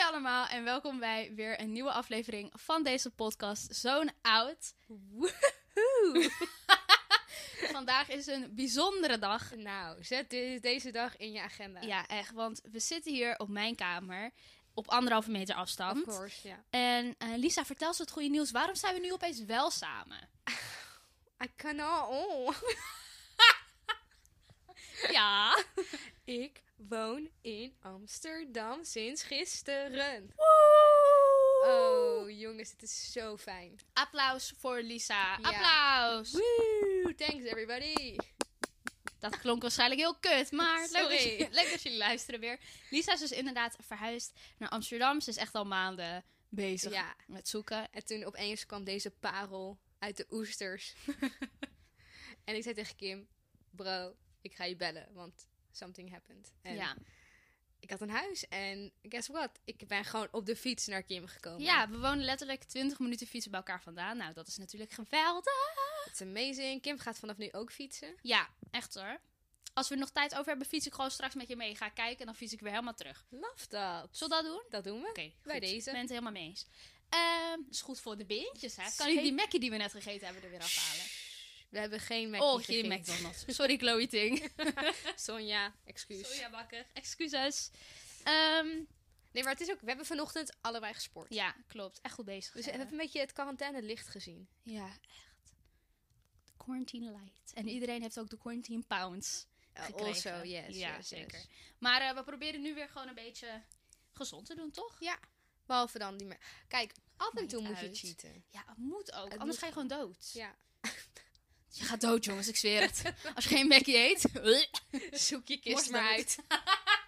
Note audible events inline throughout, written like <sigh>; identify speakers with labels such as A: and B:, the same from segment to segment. A: allemaal en welkom bij weer een nieuwe aflevering van deze podcast Zo'n Oud.
B: Woehoe.
A: Vandaag is een bijzondere dag.
B: nou, zet de- deze dag in je agenda.
A: Ja, echt, want we zitten hier op mijn kamer op anderhalve meter
B: of
A: afstand.
B: course, ja.
A: En eh, Lisa, vertel eens het goede nieuws. Waarom zijn we nu opeens wel samen?
B: I cannot. Oh.
A: Ja.
B: Ik woon in Amsterdam sinds gisteren. Oh, jongens, dit is zo fijn.
A: Applaus voor Lisa.
B: Ja.
A: Applaus.
B: Woo, thanks everybody.
A: Dat klonk waarschijnlijk heel kut, maar leuk dat,
B: Sorry.
A: je- leuk dat jullie luisteren weer. Lisa is dus inderdaad verhuisd naar Amsterdam. Ze is echt al maanden bezig
B: Ja,
A: met zoeken.
B: en toen opeens kwam deze parel uit de <laughs> oesters. en ik zei tegen Kim, bro, ik ga je bellen, want something happened. En
A: Ja.
B: ik had een huis en guess what? Ik ben gewoon op de fiets naar Kim gekomen.
A: ja, we wonen letterlijk 20 minuten fietsen bij elkaar vandaan. Nou, dat is natuurlijk geweldig.
B: It's amazing. Kim gaat vanaf nu ook fietsen.
A: Ja, echt hoor. Als we er nog tijd over hebben, fiets ik gewoon straks met je mee. Ga kijken en dan fiets ik weer helemaal terug.
B: Love dat.
A: Zullen we dat doen?
B: Dat doen we.
A: Oké,
B: Bij
A: goed.
B: deze.
A: Ik ben het helemaal mee eens. Ehm, is goed voor de beentjes, hè? Kan ik
B: Zeker.
A: die Mackie die we net gegeten hebben er weer afhalen?
B: Shh, We hebben geen Mac
A: oh, geen McDonald's. Sorry, Chloe Ting.
B: <laughs> Sonja, <laughs> excuus.
A: Sojabakker. Excuses. Ehm,
B: Nee, maar het is ook... We hebben vanochtend allebei gesport.
A: ja, klopt. Echt goed bezig.
B: Dus we
A: zijn, hè?
B: hebben een beetje het quarantaine licht gezien.
A: Ja, echt. De quarantine light. En iedereen heeft ook de quarantine pounds.
B: Uh,
A: gekregen.
B: also, yes.
A: Ja,
B: yes, yes.
A: zeker. Maar eh, we proberen nu weer gewoon een beetje gezond te doen, toch?
B: Ja, behalve dan die... me- Kijk, af en
A: Maakt
B: toe moet
A: uit.
B: je cheaten.
A: Ja, het moet ook.
B: Het
A: Anders
B: moet
A: ga je gewoon dood.
B: Ja.
A: Je gaat dood, jongens. Ik zweer <laughs> het. Als je geen Mackie eet...
B: <laughs>
A: <laughs>
B: Zoek je
A: Worst
B: kist maar
A: dood.
B: uit.
A: <laughs>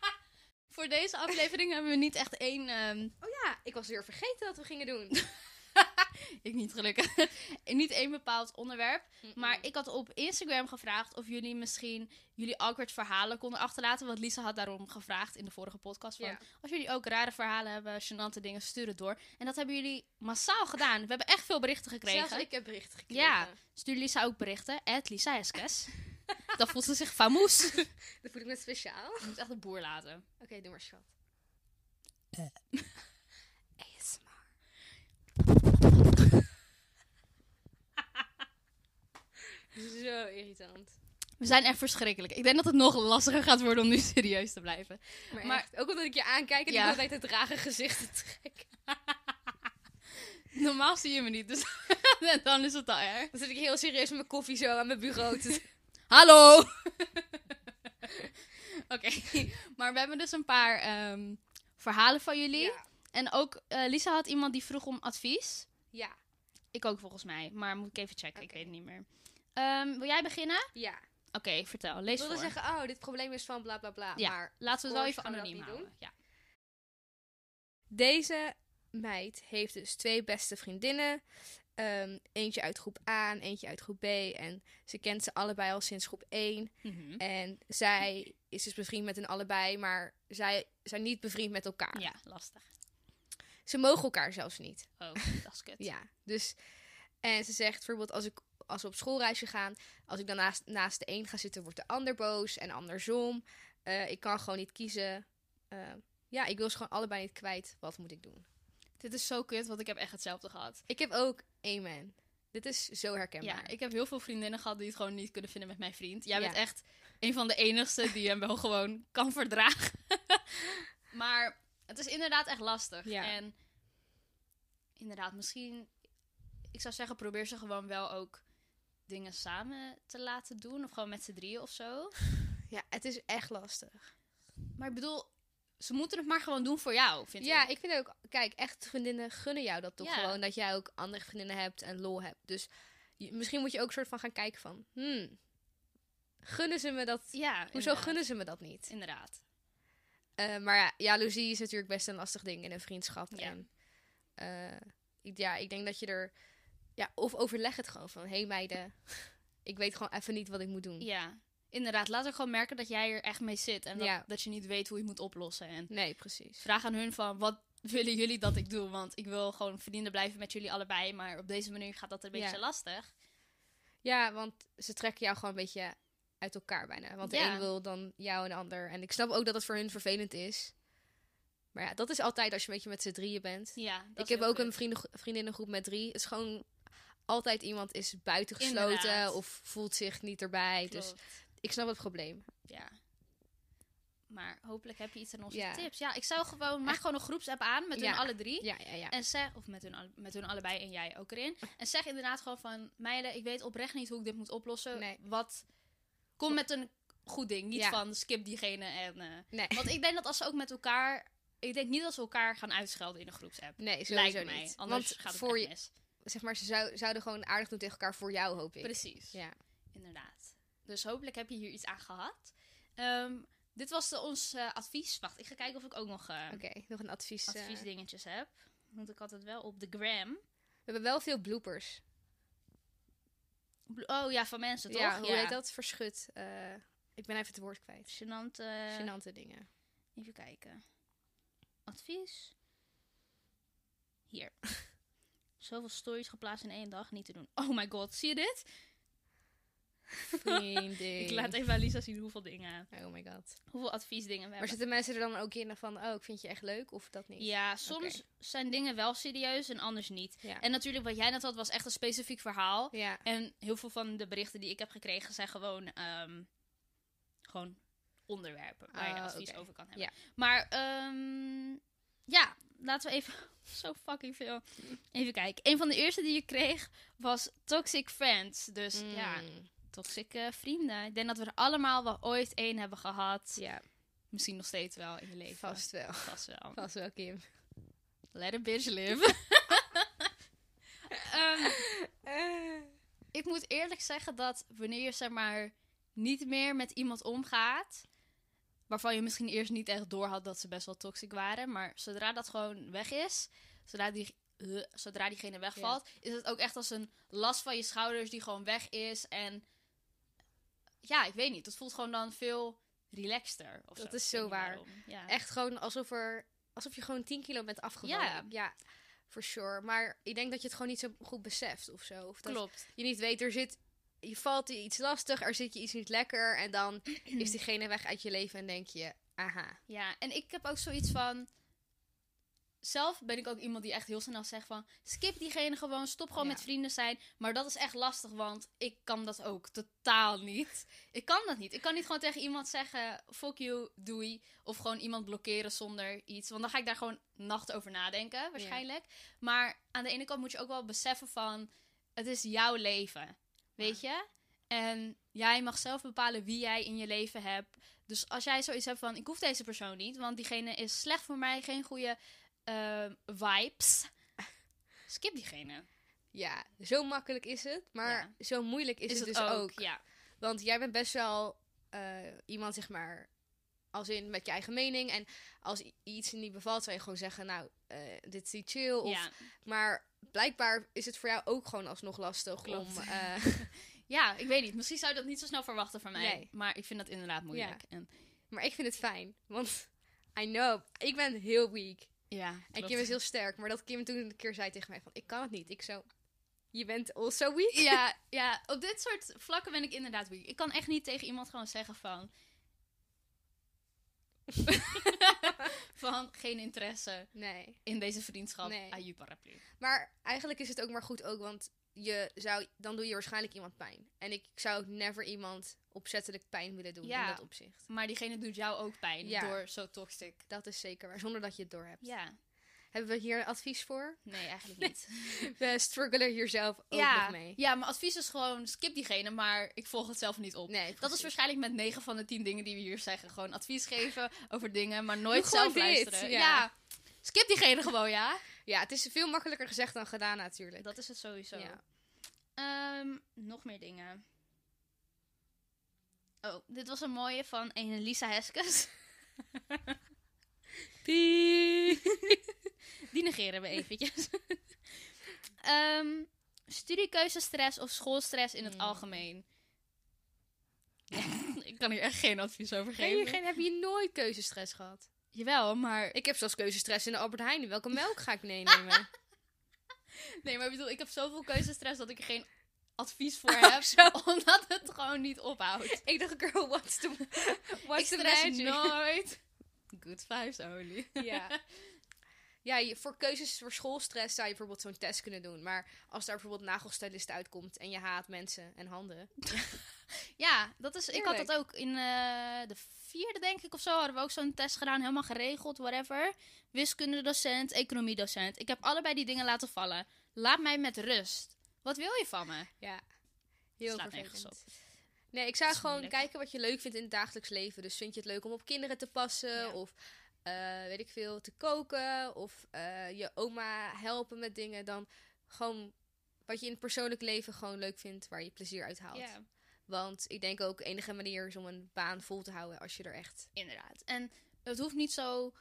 A: Voor deze aflevering hebben we niet echt één... ehm,
B: Oh ja, ik was weer vergeten dat we gingen doen.
A: ik niet gelukkig. <laughs> niet één bepaald onderwerp. <laughs> Maar ik had op Instagram gevraagd of jullie misschien jullie awkward verhalen konden achterlaten. Want Lisa had daarom gevraagd in de vorige podcast van...
B: Ja.
A: Als jullie ook rare verhalen hebben, gênante dingen, stuur het door. En dat hebben jullie massaal gedaan. We hebben echt veel berichten gekregen.
B: Zelfs ik heb berichten gekregen.
A: Ja. Stuur Lisa ook berichten. At Lisa Eskes. Dan voelt ze zich famoes. <laughs> Je
B: Dat voel ik me speciaal. Oké,
A: moet echt een boer laten.
B: doe maar schat. Eh. <laughs> ASMR. <laughs> Zo irritant.
A: We zijn echt verschrikkelijk. Ik denk dat het nog lastiger gaat worden om nu serieus te blijven.
B: Maar,
A: Maar-
B: echt, ook omdat ik je aankijk en
A: Ja.
B: ik altijd het rare gezichten trek.
A: Normaal zie je me niet, dus <laughs> dan is het al erg.
B: <laughs> Dan zit ik heel serieus met mijn koffie zo aan mijn bureau <laughs> te...
A: Hallo! <laughs> Oké, maar we hebben dus een paar ehm, verhalen van jullie.
B: Ja.
A: En ook eh, Lisa had iemand die vroeg om advies.
B: ja,
A: Ik ook volgens mij, maar moet ik even checken, ik
B: Oké.
A: weet het niet meer. Ehm, wil jij beginnen?
B: ja.
A: Oké, vertel, lees
B: Ik wilde
A: voor.
B: zeggen, oh, dit probleem is van bla bla bla.
A: Ja.
B: Maar
A: Laten we het wel
B: Course
A: even
B: gaan we dat
A: anoniem
B: niet
A: houden. Ja.
B: Deze meid heeft dus twee beste vriendinnen. Ehm, eentje uit groep A en eentje uit groep B. En ze kent ze allebei al sinds groep 1.
A: Mhm.
B: En zij is dus bevriend met hen allebei, maar zij zijn niet bevriend met elkaar.
A: ja, lastig.
B: Ze mogen elkaar zelfs niet.
A: Oh, dat <laughs> is kut.
B: Ja, dus... En ze zegt bijvoorbeeld, als, ik, als we op schoolreisje gaan, als ik dan naast, naast de een ga zitten, wordt de ander boos en andersom. Eh, ik kan gewoon niet kiezen. Eh, ja, ik wil ze gewoon allebei niet kwijt. Wat moet ik doen?
A: Dit is zo kut, want ik heb echt hetzelfde gehad.
B: Ik heb ook Amen. Dit is zo
A: Ja,
B: herkenbaar.
A: ik heb heel veel vriendinnen gehad die het gewoon niet kunnen vinden met mijn vriend. Jij
B: Ja.
A: bent echt een van de enigste die hem wel gewoon kan verdragen. <laughs> maar het is inderdaad echt lastig.
B: Ja.
A: En inderdaad, misschien... Ik zou zeggen, probeer ze gewoon wel ook dingen samen te laten doen. Of gewoon met z'n drieën of zo.
B: Ja, het is echt lastig.
A: Maar ik bedoel, ze moeten het maar gewoon doen voor jou, vind
B: ja,
A: ik.
B: ik vind ook, kijk, echt vriendinnen gunnen jou dat toch
A: Ja.
B: gewoon. Dat jij ook andere vriendinnen hebt en lol hebt. Dus je- misschien moet je ook soort van gaan kijken van, hmm, gunnen ze me dat?
A: Ja,
B: Hoezo
A: inderdaad.
B: gunnen ze me dat niet?
A: Inderdaad.
B: Eh, maar ja, jaloezie is natuurlijk best een lastig ding in een vriendschap.
A: Ja.
B: En eh, ik, ja, ik denk dat je er, ja, of overleg het gewoon van, hé hey meiden, <laughs> ik weet gewoon even niet wat ik moet doen.
A: Ja, inderdaad. Laat ook gewoon merken dat jij er echt mee zit. En dat,
B: Ja.
A: dat je niet weet hoe je het moet oplossen. En
B: Nee, precies.
A: vraag aan hun van, wat willen jullie dat ik doe? Want ik wil gewoon vrienden blijven met jullie allebei. Maar op deze manier gaat dat een beetje
B: Ja.
A: lastig.
B: Ja, want ze trekken jou gewoon een beetje uit elkaar bijna. Want de
A: Ja.
B: een wil dan jou en de ander. En ik snap ook dat het voor hun vervelend is. Maar ja, dat is altijd als je een beetje met z'n drieën bent.
A: Ja, dat
B: ik
A: is
B: heb
A: heel
B: ook
A: kut.
B: een vrienden, vriendinnengroep met drie. Het is gewoon altijd iemand is buitengesloten
A: Inderdaad.
B: of voelt zich niet erbij. Dus
A: Klopt.
B: ik snap het probleem.
A: Ja. Maar hopelijk heb je iets aan onze
B: Ja.
A: tips. Ja, ik zou gewoon... Maak gewoon een groepsapp aan met hun
B: Ja.
A: alle drie.
B: Ja, ja, ja.
A: En zeg, of met hun, alle- met hun allebei en jij ook erin. En zeg inderdaad gewoon van... Meiden, ik weet oprecht niet hoe ik dit moet oplossen.
B: Nee.
A: Wat... Kom met een goed ding. Niet
B: Ja.
A: van skip diegene en... eh,
B: Nee,
A: Want ik denk dat als ze ook met elkaar... Ik denk niet dat ze elkaar gaan uitschelden in een groepsapp.
B: nee
A: Lijkt
B: sowieso
A: mij.
B: niet.
A: Anders
B: Want
A: gaat het
B: voor
A: voor
B: je,
A: mis.
B: zeg maar, ze zou, zouden gewoon aardig doen tegen elkaar voor jou, hoop ik.
A: Precies.
B: Ja.
A: Inderdaad. Dus hopelijk heb je hier iets aan gehad. Ehm, dit was de, ons eh, advies. Wacht, ik ga kijken of ik ook nog eh,
B: Oké, nog een advies. eh.
A: adviesdingetjes heb. Want ik had het wel op de gram.
B: we hebben wel veel bloopers.
A: Bl- Oh ja, van mensen toch?
B: Ja, hoe heet dat? Verschut. eh, ik ben even het woord kwijt.
A: Gênant, eh,
B: Genante
A: <laughs>
B: dingen.
A: Even kijken. Advies. Hier. <laughs> Zoveel stories geplaatst in één dag. Niet te doen. Oh my god, zie je dit?
B: Vriendin.
A: Ik laat even aan Lisa zien hoeveel dingen,
B: Oh my god.
A: hoeveel adviesdingen we
B: Maar
A: hebben.
B: zitten mensen er dan ook in van, oh, ik vind je echt leuk of dat niet?
A: Ja, soms zijn dingen wel serieus en anders niet.
B: Ja.
A: En natuurlijk, wat jij net had, was echt een specifiek verhaal.
B: Ja.
A: En heel veel van de berichten die ik heb gekregen zijn gewoon, ehm, gewoon onderwerpen waar je
B: Ah,
A: advies
B: oké.
A: over kan hebben. Maar ehm, ja, laten we even <laughs> zo fucking veel. Even kijken. Een van de eerste die je kreeg was Toxic Friends. Dus
B: Mm.
A: ja, toxic eh, vrienden. Ik denk dat we er allemaal wel ooit één hebben gehad.
B: Ja,
A: Misschien nog steeds wel in je leven.
B: vast wel. <laughs>
A: Vast wel.
B: Vast wel,
A: <laughs>
B: Kim.
A: Let a bitch live. <laughs> Ehm,
B: Eh,
A: ik moet eerlijk zeggen dat wanneer je zeg maar niet meer met iemand omgaat, waarvan je misschien eerst niet echt door had dat ze best wel toxic waren, maar zodra dat gewoon weg is, zodra die eh, zodra diegene wegvalt, is het ook echt als een last van je schouders die gewoon weg is en ja, ik weet niet, het voelt gewoon dan veel relaxter. Of
B: Dat
A: zo.
B: is
A: Ik
B: zo
A: weet niet
B: waar.
A: waarom. Ja.
B: Echt gewoon alsof, er, alsof je gewoon 10 kilo bent afgevallen.
A: Ja.
B: ja, for sure. Maar ik denk dat je het gewoon niet zo goed beseft of zo. Of dat
A: klopt.
B: je niet weet, er zit... Je valt je iets lastig, er zit je iets niet lekker. En dan
A: <clears throat>
B: is diegene weg uit je leven en denk je, aha.
A: Ja, en ik heb ook zoiets van. Zelf ben ik ook iemand die echt heel snel zegt van... skip diegene gewoon, stop gewoon
B: Ja.
A: met vrienden zijn. Maar dat is echt lastig, want ik kan dat ook totaal niet. Ik kan dat niet. Ik kan niet gewoon tegen iemand zeggen... fuck you, doei. Of gewoon iemand blokkeren zonder iets. Want dan ga ik daar gewoon nacht over nadenken, waarschijnlijk. Maar aan de ene kant moet je ook wel beseffen van... het is jouw leven, weet je? En jij mag zelf bepalen wie jij in je leven hebt... Dus als jij zoiets hebt van, ik hoef deze persoon niet, want diegene is slecht voor mij, geen goede ehm,
B: <laughs>
A: vibes. Skip diegene.
B: Ja, zo makkelijk is het, maar zo moeilijk is, het, dus ook.
A: Ja,
B: Want jij bent best wel eh, iemand, zeg maar, als in met je eigen mening. En als i- iets je niet bevalt, zou je gewoon zeggen, nou, eh, dit is niet chill. Of,
A: ja.
B: Maar blijkbaar is het voor jou ook gewoon alsnog lastig
A: Klopt.
B: om... eh, <laughs>
A: ja, ik weet niet. Misschien zou je dat niet zo snel verwachten van mij.
B: Nee.
A: Maar ik vind dat inderdaad moeilijk. En,
B: maar ik vind het fijn, want I know, ik ben heel weak.
A: ja,
B: En
A: klopt.
B: Kim is heel sterk, maar dat Kim toen een keer zei tegen mij van, ik kan het niet. Ik zo, je bent also weak.
A: ja, ja, op dit soort vlakken ben ik inderdaad weak. Ik kan echt niet tegen iemand gewoon zeggen
B: <laughs>
A: van... van geen interesse
B: Nee.
A: in deze vriendschap.
B: Nee.
A: Nee. Aju paraplu.
B: Maar eigenlijk is het ook maar goed ook, want je zou, dan doe je waarschijnlijk iemand pijn. En ik zou never iemand opzettelijk pijn willen doen
A: Ja.
B: in dat opzicht.
A: Maar diegene doet jou ook pijn
B: Ja.
A: door zo toxic.
B: Dat is zeker waar, zonder dat je het doorhebt.
A: Ja,
B: Hebben we hier advies voor? <laughs>
A: Nee, eigenlijk niet.
B: We struggelen hier zelf ook
A: ja,
B: nog mee.
A: ja, mijn advies is gewoon skip diegene, maar ik volg het zelf niet op.
B: Nee,
A: Dat is
B: precies.
A: waarschijnlijk met 9 van de 10 dingen die we hier zeggen. Gewoon advies geven over dingen, maar nooit
B: Doe gewoon
A: zelf
B: dit,
A: luisteren.
B: ja.
A: skip diegene gewoon, ja.
B: Ja, het is veel makkelijker gezegd dan gedaan natuurlijk.
A: Dat is het sowieso.
B: Ja.
A: Ehm, nog meer dingen. Oh, dit was een mooie van een Lisa <laughs> Heskes. Die negeren we eventjes. Ehm, studiekeuzestress of schoolstress in het
B: Mm.
A: algemeen? Hmm. <laughs> ik kan hier echt geen advies over
B: Geen,
A: geven.
B: geen- heb je nooit keuzestress gehad?
A: Jawel, maar...
B: Ik heb zelfs keuzestress in de Albert Heijn. Welke melk ga
A: <laughs>
B: ik meenemen?
A: Nee, maar ik bedoel, ik heb <laughs> zoveel keuzestress dat ik er geen advies voor heb. <laughs> Omdat het gewoon niet ophoudt.
B: ik dacht, girl, <laughs> what's the,
A: ik
B: what's the
A: stress
B: magic?
A: nooit. Good vibes only. <laughs>
B: Ja. Ja, je- voor keuzes voor schoolstress zou je bijvoorbeeld zo'n test kunnen doen. Maar als daar bijvoorbeeld nagelstylist uitkomt en je haat mensen en handen.
A: Ja, dat is, ik had
B: Heerlijk.
A: dat ook in eh, de vierde, denk ik, of zo. Hadden we ook zo'n test gedaan, helemaal geregeld, whatever. Wiskundedocent, economiedocent. Ik heb allebei die dingen laten vallen. Laat mij met rust. Wat wil je van me?
B: Ja, heel
A: Slaat
B: vervelend.
A: nergens
B: Nee, ik zou
A: Dat is
B: gewoon
A: moeilijk.
B: kijken wat je leuk vindt in het dagelijks leven. Dus vind je het leuk om op kinderen te passen?
A: Ja.
B: Of eh, weet ik veel, te koken? Of eh, je oma helpen met dingen? Dan gewoon wat je in het persoonlijk leven gewoon leuk vindt, waar je plezier uit haalt.
A: Ja,
B: Want ik denk ook de enige manier is om een baan vol te houden als je er echt.
A: inderdaad. En het hoeft niet zo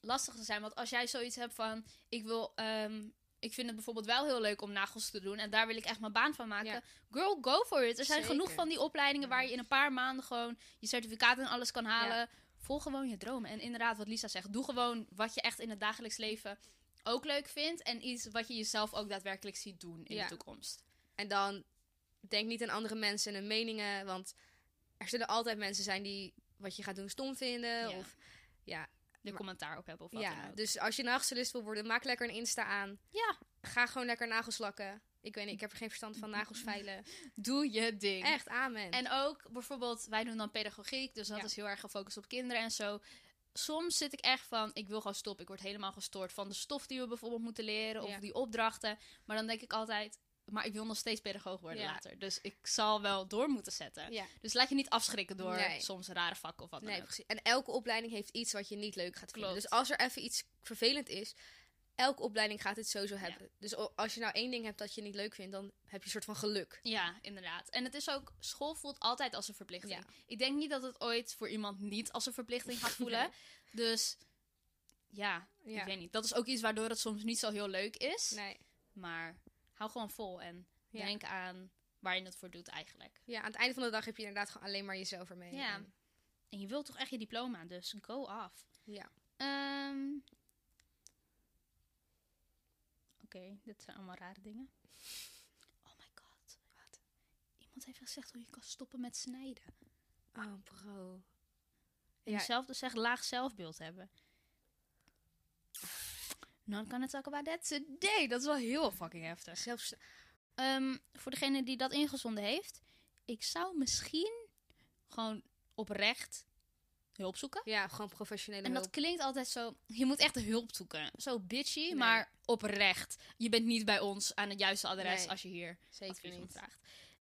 A: lastig te zijn. Want als jij zoiets hebt van, ik wil... ehm, ik vind het bijvoorbeeld wel heel leuk om nagels te doen. En daar wil ik echt mijn baan van maken.
B: Ja.
A: Girl, go for it. Er zijn
B: Zeker.
A: genoeg van die opleidingen waar je in een paar maanden gewoon je certificaat en alles kan halen. Volg gewoon je dromen. En inderdaad, wat Lisa zegt, doe gewoon wat je echt in het dagelijks leven ook leuk vindt. En iets wat je jezelf ook daadwerkelijk ziet doen in
B: Ja.
A: de toekomst.
B: En dan denk niet aan andere mensen en hun meningen. Want er zullen altijd mensen zijn die wat je gaat doen stom vinden.
A: Ja.
B: Eh, Of, ja,
A: De
B: Maar-
A: commentaar op hebben of wat dan
B: ja.
A: ook.
B: Dus als je nagelstylist wil worden, maak lekker een Insta aan.
A: Ja,
B: Ga gewoon lekker nagels lakken. Ik weet niet, ik heb er geen verstand van nagels
A: <laughs>
B: veilen.
A: doe je ding.
B: Echt, amen.
A: En ook bijvoorbeeld, wij doen dan pedagogiek, dus dat
B: Ja.
A: is heel erg gefocust op kinderen en zo. Soms zit ik echt van, ik wil gewoon stoppen. Ik word helemaal gestoord van de stof die we bijvoorbeeld moeten leren of
B: Ja.
A: die opdrachten. Maar dan denk ik altijd, maar ik wil nog steeds pedagoog worden
B: Ja.
A: later. Dus ik zal wel door moeten zetten.
B: ja,
A: Dus laat je niet afschrikken door
B: Nee.
A: soms rare vakken of wat dan
B: nee,
A: ook.
B: precies. En elke opleiding heeft iets wat je niet leuk gaat vinden.
A: Klopt.
B: Dus als er even iets vervelend is, elke opleiding gaat dit sowieso hebben. Dus o- als je nou één ding hebt dat je niet leuk vindt, dan heb je een soort van geluk.
A: Ja, inderdaad. En het is ook, school voelt altijd als een verplichting.
B: Ja.
A: Ik denk niet dat het ooit voor iemand niet als een verplichting gaat
B: <laughs>
A: voelen. Dus ja, ik
B: Ja.
A: weet niet. Dat is ook iets waardoor het soms niet zo heel leuk is.
B: Nee.
A: Maar hou gewoon vol en
B: Ja.
A: denk aan waar je het voor doet eigenlijk.
B: ja, aan het einde van de dag heb je inderdaad gewoon alleen maar jezelf ermee.
A: Ja.
B: En-
A: En je wilt toch echt je diploma, dus go af.
B: ja.
A: Ehm, Oké, dit zijn allemaal rare dingen. Oh my god. Wat? Iemand heeft gezegd hoe je kan stoppen met snijden.
B: Oh, bro.
A: En
B: Ja.
A: jezelf dus echt laag zelfbeeld hebben. Non kan het talk about that today. Dat is wel heel fucking heftig.
B: Zelfs...
A: Ehm, voor degene die dat ingezonden heeft, ik zou misschien gewoon oprecht hulp zoeken.
B: Ja, gewoon professionele
A: En dat
B: hulp.
A: klinkt altijd zo, je moet echt hulp zoeken. Zo bitchy,
B: Nee.
A: maar oprecht. Je bent niet bij ons aan het juiste adres
B: Nee,
A: als je hier
B: Zeker
A: advies om
B: niet.
A: vraagt.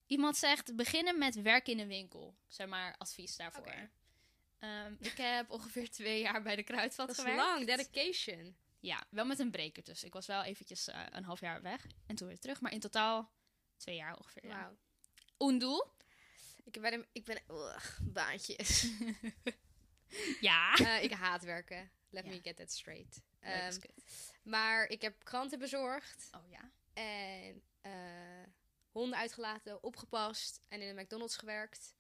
A: Iemand zegt, beginnen met werken in een winkel. Zeg maar, advies daarvoor.
B: Oké.
A: Ehm, ik heb ongeveer twee jaar bij de Kruidvat
B: Dat is
A: gewerkt.
B: lang, dedication.
A: Ja, wel met een breker dus. Ik was wel eventjes eh, een half jaar weg en toen weer terug. Maar in totaal twee jaar ongeveer. Ja.
B: Wauw.
A: Undoe.
B: Ik ben... Ik ben ugh,
A: <laughs>
B: baantjes.
A: Ja.
B: Eh, ik haat werken. Let
A: Ja.
B: me get that straight.
A: Leuk is
B: Ehm,
A: kut.
B: maar ik heb kranten bezorgd
A: Oh ja.
B: en eh, honden uitgelaten, opgepast en in een McDonald's gewerkt.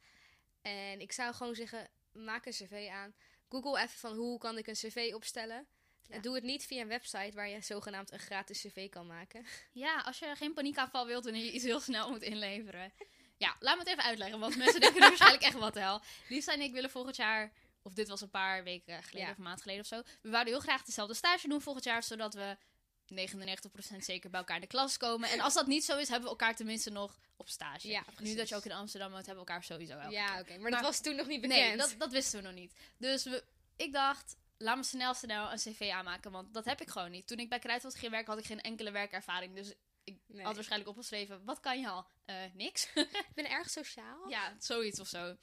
B: En ik zou gewoon zeggen, maak een cv aan. Google even van hoe kan ik een cv opstellen.
A: Ja.
B: En doe het niet via een website waar je zogenaamd een gratis cv kan maken.
A: Ja, als je geen paniekaanval wilt wanneer je iets heel snel moet inleveren. Ja, laat me het even uitleggen, want mensen denken
B: <laughs>
A: nu waarschijnlijk echt wat de hel. Lisa en ik willen volgend jaar, of dit was een paar weken geleden
B: Ja.
A: of een maand geleden of zo. We wouden heel graag dezelfde stage doen volgend jaar, zodat we 99% zeker bij elkaar in de klas komen. En als dat niet zo is, hebben we elkaar tenminste nog op stage.
B: Ja,
A: nu dat
B: precies.
A: je ook in Amsterdam woont, hebben we elkaar sowieso wel.
B: ja, oké. Maar,
A: Maar-
B: dat was toen nog niet bekend.
A: Nee, dat, dat wisten we nog niet. Dus we, ik dacht, laat me snel snel een cv aanmaken, want dat heb ik gewoon niet. Toen ik bij Kruidvat ging werken, had ik geen enkele werkervaring. Dus ik
B: Nee.
A: had waarschijnlijk opgeschreven, wat kan je al? Eh, niks. <laughs>
B: Ik ben erg sociaal.
A: ja, zoiets of zo.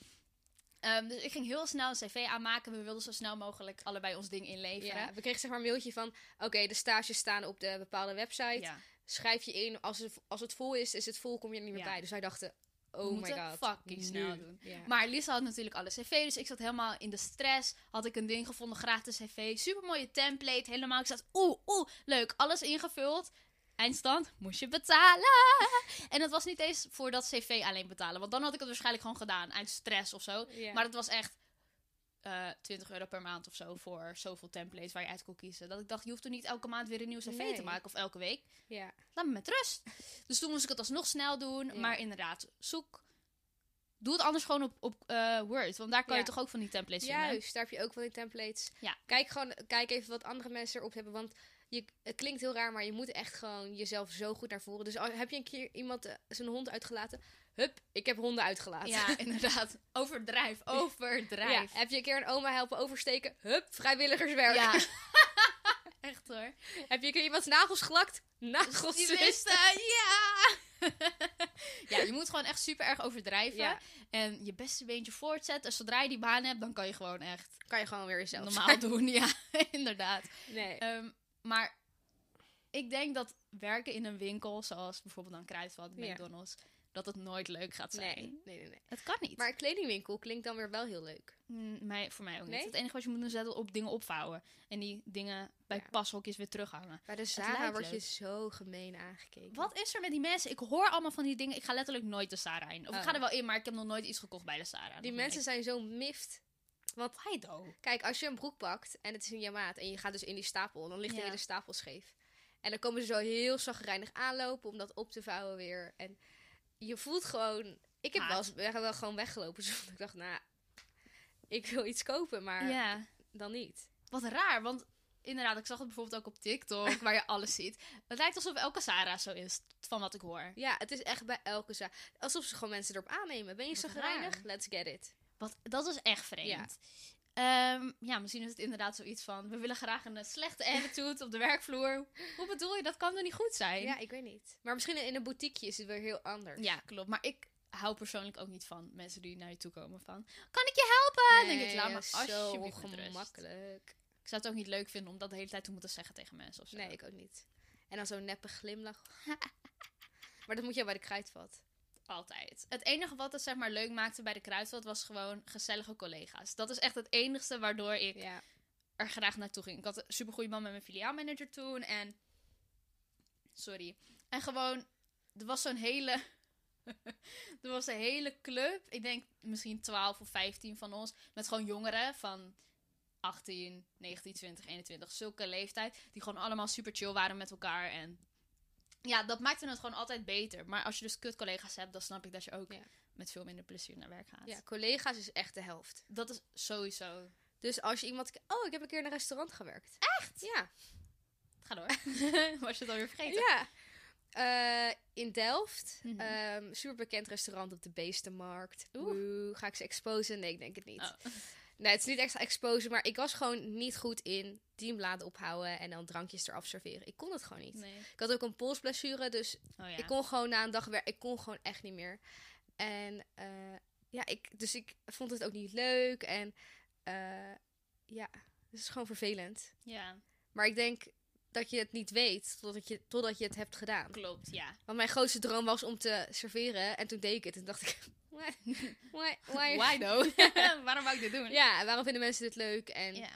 A: Ehm, dus ik ging heel snel een cv aanmaken. We wilden zo snel mogelijk allebei ons ding inleveren.
B: Ja, we kregen zeg maar een mailtje van, oké, de stages staan op de bepaalde website.
A: Ja.
B: schrijf je in. Als het, als het vol is, is het vol, kom je er niet meer
A: Ja.
B: bij. Dus wij dachten,
A: We
B: oh my
A: moeten
B: god.
A: fucking snel doen.
B: Ja.
A: Maar Lisa had natuurlijk alle cv, dus ik zat helemaal in de stress. Had ik een ding gevonden, gratis cv. Super mooie template, helemaal. Ik zat, oeh, oeh, leuk, alles ingevuld. Eindstand, moest je betalen. En dat was niet eens voor dat cv alleen betalen. Want dan had ik het waarschijnlijk gewoon gedaan, uit stress of zo.
B: Ja.
A: Maar het was echt eh 20 euro per maand of zo voor zoveel templates waar je uit kon kiezen. Dat ik dacht, je hoeft er niet elke maand weer een nieuw cv te
B: Nee.
A: maken of elke week.
B: ja.
A: Laat me met rust. Dus toen moest ik het alsnog snel doen.
B: Ja.
A: Maar inderdaad, zoek Doe het anders gewoon op, op eh, Word. Want daar kan
B: Ja.
A: je toch ook van die templates vinden.
B: Juist, daar heb je ook van die templates.
A: Ja.
B: Kijk, gewoon, kijk even wat andere mensen erop hebben. Want je, het klinkt heel raar, maar je moet echt gewoon jezelf zo goed naar voren. Dus al- heb je een keer iemand eh, zijn hond uitgelaten? Hup, ik heb honden uitgelaten. <laughs>
A: Ja, <laughs> inderdaad. Overdrijf. Overdrijf.
B: heb je een keer een oma helpen oversteken? Hup, vrijwilligerswerk.
A: Echt hoor.
B: <laughs> Heb je een keer iemands nagels gelakt? Nagels. dus.
A: Die wisten, ja! <laughs> ja, je moet gewoon echt super erg overdrijven.
B: Ja,
A: En je beste beentje voortzetten. En zodra je die baan hebt, dan kan je gewoon echt
B: kan je gewoon weer jezelf. <laughs>
A: normaal doen. Ja, <laughs> inderdaad.
B: Nee.
A: Ehm, maar ik denk dat werken in een winkel, zoals bijvoorbeeld aan Kruidvat,
B: Ja.
A: McDonald's, dat het nooit leuk gaat zijn.
B: nee, nee, nee, nee.
A: Het kan niet.
B: Maar een kledingwinkel klinkt dan weer wel heel leuk.
A: Mm, mij, voor mij ook niet.
B: Nee?
A: Het enige wat je moet doen is dat op dingen opvouwen. En die dingen bij
B: Ja.
A: pashokjes weer terughangen.
B: Bij de
A: lijkt
B: Zara word je
A: leuk.
B: zo gemeen aangekeken.
A: Wat is er met die mensen? Ik hoor allemaal van die dingen. Ik ga letterlijk nooit de Sarah in. Of ik
B: Oh.
A: ga er wel in, maar ik heb nog nooit iets gekocht bij de Sarah.
B: Die mensen zijn zo mift. Want
A: Why though?
B: Kijk, als je een broek pakt en het is in je maat en je gaat dus in die stapel, dan ligt de
A: Ja.
B: hele stapel scheef. En dan komen ze zo heel zagrijnig aanlopen om dat op te vouwen weer. En je voelt gewoon... Ik heb
A: Haat.
B: wel, eens- we hebben wel gewoon <laughs> weggelopen, dus ik dacht, nou, ik wil iets kopen, maar
A: Ja.
B: dan niet.
A: Wat raar, want inderdaad, ik zag het bijvoorbeeld ook op TikTok, waar je alles ziet. Het lijkt alsof elke Sarah zo is, van wat ik hoor.
B: Ja, het is echt bij elke zaak. Alsof ze gewoon mensen erop aannemen. Ben je
A: Wat
B: zagrijnig?
A: raar.
B: Let's get it.
A: Wat, dat is echt vreemd. Ehm, ja, misschien is het inderdaad zoiets van... we willen graag een eh, slechte attitude op de werkvloer. Hoe bedoel je? Dat kan toch niet goed zijn?
B: Ja, ik weet niet. Maar misschien in een boutiqueje is het weer heel anders.
A: Ja, klopt. Maar ik hou persoonlijk ook niet van mensen die naar je toe komen van... Kan ik je helpen? Dan denk ik, laat
B: Nee,
A: me
B: zo
A: alsjeblieft met rust.
B: ongemakkelijk.
A: Ik zou het ook niet leuk vinden om dat de hele tijd te moeten zeggen tegen mensen of zo.
B: Nee, ik ook niet. En dan zo'n neppe glimlach. <laughs> maar dat moet je bij de kruidvat.
A: Altijd. Het enige wat het zeg maar leuk maakte bij de Kruidvat was gewoon gezellige collega's. Dat is echt het enigste waardoor ik
B: Ja.
A: er graag naartoe ging. Ik had een supergoeie man met mijn filiaalmanager toen en... Sorry. En gewoon, er was zo'n hele... <laughs> er was een hele club, ik denk misschien 12 of 15 van ons, met gewoon jongeren van 18, 19, 20, 21, zulke leeftijd, die gewoon allemaal super chill waren met elkaar en... Ja, dat maakte het gewoon altijd beter. Maar als je dus kut collega's hebt, dan snap ik dat je ook
B: Ja.
A: met veel minder plezier naar werk gaat.
B: ja, collega's is echt de helft.
A: Dat is sowieso.
B: Dus als je iemand... Oh, ik heb een keer in een restaurant gewerkt. Echt? Ja.
A: Ga door. <laughs> Was je het alweer vergeten?
B: ja. Eh, in Delft.
A: Mhm.
B: super bekend restaurant op de Beestenmarkt.
A: Oeh.
B: Oeh. Ga ik ze exposen? Nee, ik denk het niet.
A: Oh.
B: <laughs> Nee, het is niet extra exposen, maar ik was gewoon niet goed in teambladen ophouden en dan drankjes eraf serveren. Ik kon het gewoon niet.
A: Nee.
B: Ik had ook een polsblessure, dus
A: Oh ja.
B: Ik kon gewoon na een dag werk, ik kon gewoon echt niet meer. En eh, ja, ik, dus ik vond het ook niet leuk. En eh, ja, het is gewoon vervelend.
A: Ja,
B: Maar ik denk dat je het niet weet totdat je, totdat je het hebt gedaan.
A: klopt. <laughs> Ja.
B: Want mijn grootste droom was om te serveren. En toen deed ik het. En dacht ik, <laughs> why, why, why?
A: Why though? Waarom wou ik dit doen?
B: <laughs> Ja, en waarom vinden mensen dit leuk? En,
A: ja.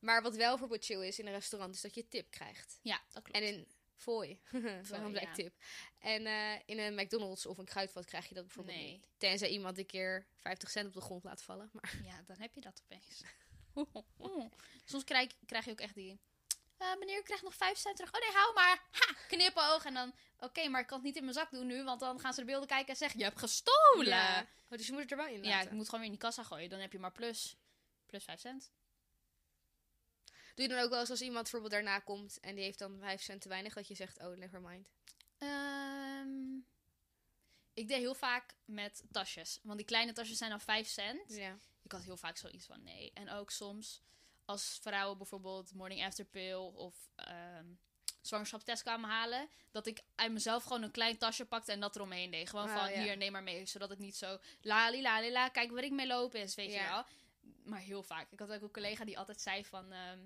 B: Maar wat wel bijvoorbeeld chill is in een restaurant, is dat je tip krijgt.
A: Ja, dat klopt.
B: En in fooi. <laughs>
A: Fooi,
B: Zo'n black
A: ja.
B: tip. En eh, in een McDonald's of een kruidvat krijg je dat bijvoorbeeld
A: Nee.
B: niet. Tenzij iemand een keer 50 cent op de grond laat vallen. Maar
A: <laughs> Ja, dan heb je dat opeens. <laughs> Soms krijg, krijg je ook echt die... eh, meneer, ik krijg nog vijf cent terug. Oh nee, hou maar. Ha, knipoog. En dan, oké, maar ik kan het niet in mijn zak doen nu. Want dan gaan ze de beelden kijken en zeggen, je hebt gestolen.
B: Ja.
A: Ja,
B: Oh, dus je moet het er wel in
A: ik
B: laten.
A: moet gewoon weer in die kassa gooien. Dan heb je maar plus. Plus vijf cent.
B: Doe je dan ook wel eens als iemand bijvoorbeeld daarna komt en die heeft dan 5 cent te weinig, dat je zegt, oh, never mind.
A: Ehm, ik deed heel vaak met tasjes. Want die kleine tasjes zijn al vijf cent.
B: Ja.
A: ik had heel vaak zoiets van nee. En ook soms als vrouwen bijvoorbeeld morning after pill of ehm, zwangerschapstest kwamen halen, dat ik uit mezelf gewoon een klein tasje pakte en dat eromheen deed. Gewoon
B: Oh,
A: van
B: ja.
A: hier, neem maar mee. Zodat ik niet zo lali lali la, kijk waar ik mee loop is, weet je
B: Ja.
A: wel. Maar heel vaak. Ik had ook een collega die altijd zei van... ehm,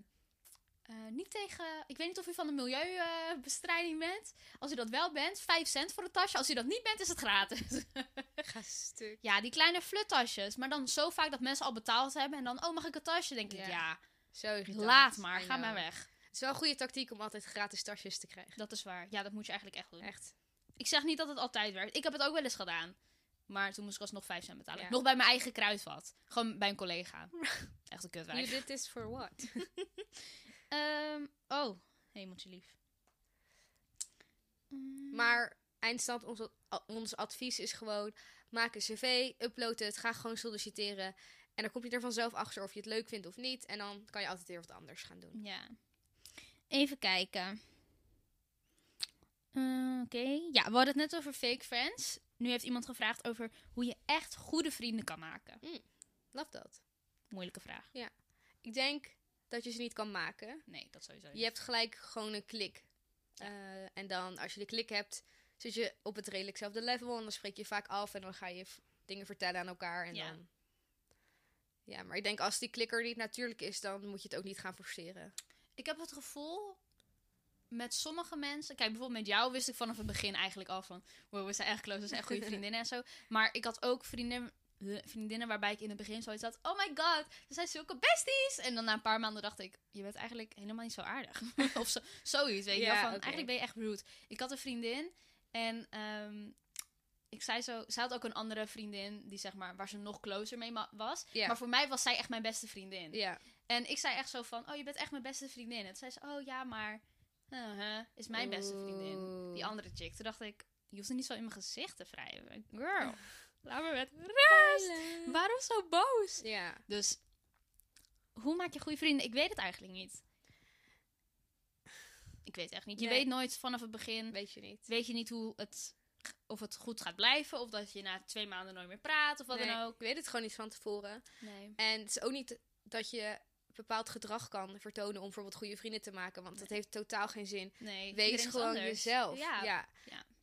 A: eh, niet tegen... Ik weet niet of u van de milieubestrijding bent. Als u dat wel bent, 5 cent voor een tasje. Als u dat niet bent, is het gratis.
B: Ga stuk.
A: Ja, die kleine fluttasjes. Maar dan zo vaak dat mensen al betaald hebben. En dan, oh, mag ik een tasje? Denk ik,
B: Ja.
A: ja,
B: Zo irritant.
A: laat maar.
B: I
A: Ga maar
B: know.
A: weg.
B: Het is wel een goede tactiek om altijd gratis tasjes te krijgen.
A: Dat is waar. Ja, dat moet je eigenlijk echt doen.
B: Echt.
A: Ik zeg niet dat het altijd werkt. Ik heb het ook wel eens gedaan. Maar toen moest ik alsnog 5 cent betalen.
B: Ja.
A: Nog bij mijn eigen kruidvat. Gewoon bij een
B: <laughs>
A: collega. Echt een
B: You
A: kutwijf.
B: did this for what?
A: Ehm oh, hemeltje lief. Mm,
B: Maar eindstand, ons, ons advies is gewoon, Maak een cv, upload het, ga gewoon solliciteren. En dan kom je er vanzelf achter of je het leuk vindt of niet. En dan kan je altijd weer wat anders gaan doen.
A: Ja. Even kijken. Eh, Oké. Ja, we hadden het net over fake friends. Nu heeft iemand gevraagd over hoe je echt goede vrienden kan maken.
B: Love dat.
A: Moeilijke vraag.
B: Ik denk dat je ze niet kan maken.
A: Nee, dat sowieso niet.
B: Je hebt gelijk gewoon een klik. Eh, en dan, als je de klik hebt, zit je op het redelijk zelfde level. En dan spreek je vaak af en dan ga je v- dingen vertellen aan elkaar. En
A: Ja.
B: dan... Ja, maar ik denk als die klikker niet natuurlijk is, dan moet je het ook niet gaan forceren.
A: Ik heb het gevoel met sommige mensen. Kijk, bijvoorbeeld met jou wist ik vanaf het begin eigenlijk al van. Wow, we zijn echt close, we zijn echt
B: <laughs>
A: goede vriendinnen en zo. Maar ik had ook vriendinnen, vriendinnen waarbij ik in het begin zoiets had. Oh my god, we zijn zulke besties. En dan na een paar maanden dacht ik, je bent eigenlijk helemaal niet zo aardig. <laughs> of zo, zoiets, weet je
B: Ja,
A: wel. Van,
B: oké.
A: Eigenlijk ben je echt rude. Ik had een vriendin en ehm, ik zei zo, ze had ook een andere vriendin die zeg maar, waar ze nog closer mee ma- was.
B: Ja.
A: Maar voor mij was zij echt mijn beste vriendin.
B: Ja,
A: En ik zei echt zo van, oh, je bent echt mijn beste vriendin. En toen zei ze, oh ja, maar eh, hè, is mijn beste vriendin.
B: Oeh.
A: Die andere chick. Toen dacht ik, je hoeft er niet zo in mijn gezicht te wrijven.
B: <laughs>
A: Girl, laat me met rust. Waarom zo boos?
B: Ja,
A: Dus, hoe maak je goede vrienden? Ik weet het eigenlijk niet. Ik weet het echt niet. Je
B: Nee.
A: weet nooit vanaf het begin,
B: weet je niet.
A: weet je niet hoe het, of het goed gaat blijven. Of dat je na twee maanden nooit meer praat, of wat
B: Nee,
A: dan ook.
B: Ik weet het gewoon niet van tevoren.
A: Nee.
B: En het is ook niet dat je bepaald gedrag kan vertonen om bijvoorbeeld goede vrienden te maken. Want dat heeft totaal geen zin.
A: nee iedereen
B: Wees
A: is
B: gewoon
A: anders.
B: jezelf. Ja.
A: Ja.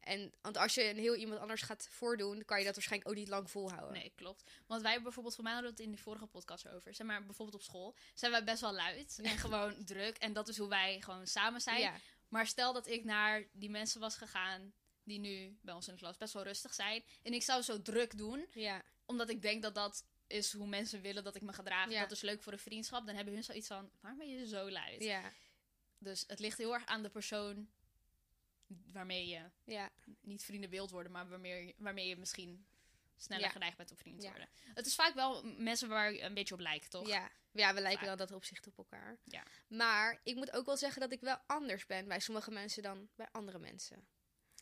B: En want als je een heel iemand anders gaat voordoen, kan je dat waarschijnlijk ook niet lang volhouden.
A: Nee, klopt. Want wij bijvoorbeeld, voor mij hadden we het in de vorige podcast over. Zeg maar, bijvoorbeeld op school zijn wij best wel luid en
B: <laughs>
A: gewoon druk. En dat is hoe wij gewoon samen zijn.
B: Ja.
A: Maar stel dat ik naar die mensen was gegaan die nu bij ons in de klas best wel rustig zijn. En ik zou zo druk doen,
B: ja.
A: omdat ik denk dat dat is hoe mensen willen dat ik me gedraag.
B: Ja.
A: Dat is leuk voor een vriendschap. Dan hebben hun zoiets van, waarom ben je zo luid?
B: Ja.
A: Dus het ligt heel erg aan de persoon waarmee je
B: Ja.
A: niet vrienden wilt worden, maar waarmee, je- waarmee je misschien sneller
B: Ja.
A: geneigd bent om vrienden te
B: Ja.
A: worden. Het is vaak wel m- mensen waar je een beetje op lijkt, toch?
B: Ja. ja, we lijken
A: Vaak.
B: wel dat opzicht op elkaar.
A: Ja.
B: Maar ik moet ook wel zeggen dat ik wel anders ben bij sommige mensen dan bij andere mensen.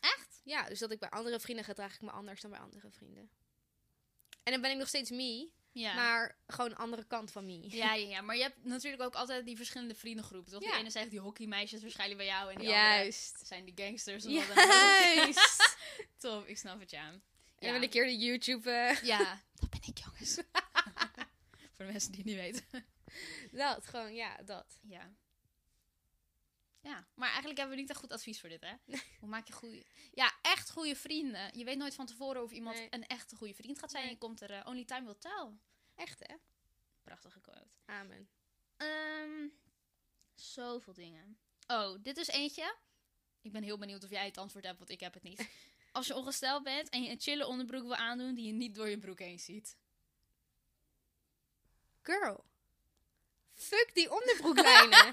A: Echt?
B: Ja, dus dat ik bij andere vrienden gedraag ik me anders dan bij andere vrienden. En dan ben ik nog steeds me,
A: Ja.
B: maar gewoon een andere kant van me. <laughs>
A: Ja, ja, ja, maar je hebt natuurlijk ook altijd die verschillende vriendengroepen, toch?
B: Ja.
A: Die ene zijn echt die hockeymeisjes waarschijnlijk bij jou en die andere
B: Juist.
A: zijn die gangsters. of wat dan ook.
B: Juist.
A: <laughs> Top, ik snap het, ja.
B: En dan
A: Ja,
B: ben ik hier de
A: <laughs>
B: YouTube. eh, <laughs>
A: ja dat ben ik, jongens. <laughs> Voor de mensen die het niet weten.
B: dat, gewoon, ja, dat.
A: Ja. Ja, maar eigenlijk hebben we niet echt goed advies voor dit, hè? <laughs> Hoe maak je goede... Ja, echt goede vrienden. Je weet nooit van tevoren of iemand
B: Nee.
A: een echte goede vriend gaat zijn.
B: Nee.
A: Je komt er... eh, only time will tell.
B: Echt, hè?
A: Prachtige quote.
B: Amen.
A: Ehm, zoveel dingen. Oh, dit is eentje. Ik ben heel benieuwd of jij het antwoord hebt, want ik heb het niet.
B: <laughs>
A: Als je ongesteld bent en je een chille onderbroek wil aandoen die je niet door je broek heen ziet.
B: Girl. Fuck die
A: <laughs>
B: onderbroeklijnen. <laughs>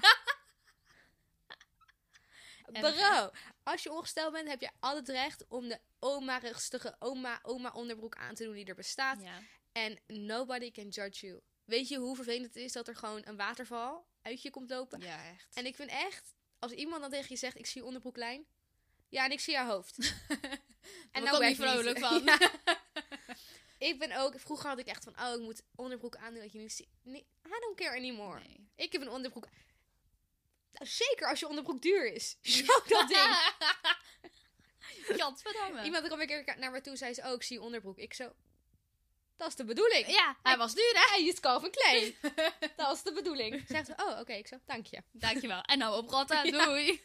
B: Bro, als je ongesteld bent, heb je altijd recht om de oma-rustige oma-oma-onderbroek aan te doen die er bestaat. <laughs>
A: Ja.
B: En nobody can judge you. Weet je hoe vervelend het is dat er gewoon een waterval uit je komt lopen?
A: ja, echt.
B: En ik vind echt, als iemand dan tegen je zegt, ik zie je onderbroeklijn. Ja, en ik zie haar
A: <laughs>
B: hoofd.
A: en daar
B: en nou
A: kom je
B: werkt
A: vrolijk
B: het niet. <laughs>
A: van.
B: Ja. Ik ben ook, vroeger had ik echt van, oh, ik moet onderbroek aandoen dat je niet ziet. Nee, I don't care anymore. <laughs>
A: Nee.
B: Ik heb een onderbroek. Nou, zeker als je onderbroek duur is. <laughs> Show dat ding.
A: <laughs> Gadverdamme.
B: Iemand kwam een keer naar me toe en zei ze, oh, ik zie je onderbroek. Ik zo, dat is de bedoeling.
A: Ja, hij was duur,
B: Hij is Calvin <laughs> Klein. dat was de bedoeling. Zegt ze, oh, oké, ik zo, dank je.
A: Dankjewel. En nou op Rotta, doei.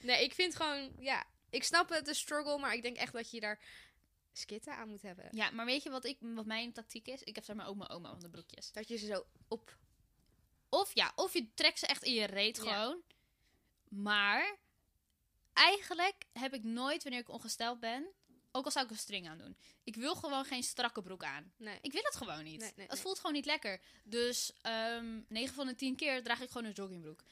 B: Nee, ik vind gewoon, ja, ik snap het, de struggle, maar ik denk echt dat je daar skitten aan moet hebben.
A: Ja, maar weet je wat, ik, wat mijn tactiek is? Ik heb zeg maar ook mijn oma onder broekjes.
B: Dat je ze zo op...
A: Of ja, of je trekt ze echt in je reet
B: Ja.
A: gewoon. Maar eigenlijk heb ik nooit, wanneer ik ongesteld ben, ook al zou ik een string aan doen. Ik wil gewoon geen strakke broek aan.
B: Nee.
A: Ik wil het gewoon niet.
B: Nee, nee,
A: het
B: nee.
A: voelt gewoon niet lekker. Dus ehm 9 van de 10 keer draag ik gewoon een joggingbroek.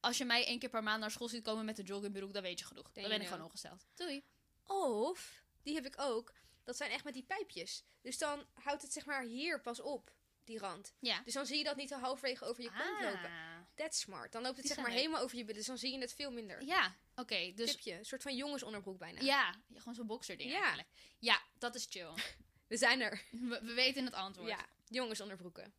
A: Als je mij één keer per maand naar school ziet komen met een joggingbroek, dan weet je genoeg. Dan
B: you
A: ben ik
B: know.
A: gewoon ongesteld. Doei.
B: Of, die heb ik ook, dat zijn echt met die pijpjes. Dus dan houdt het zeg maar hier pas op, die rand.
A: Ja.
B: Dus dan zie je dat niet zo halverwege over je kont lopen.
A: Ah.
B: That's smart. Dan loopt het
A: Die
B: zeg maar
A: zijn leuk.
B: helemaal over je billen, dus dan zie je het veel minder.
A: Ja, oké. dus
B: Tipje, een soort van jongensonderbroek bijna.
A: ja, gewoon zo'n boxerding
B: Ja. <laughs>
A: eigenlijk. Ja, dat is chill.
B: We zijn er.
A: We, we weten het antwoord.
B: Ja, jongens onderbroeken.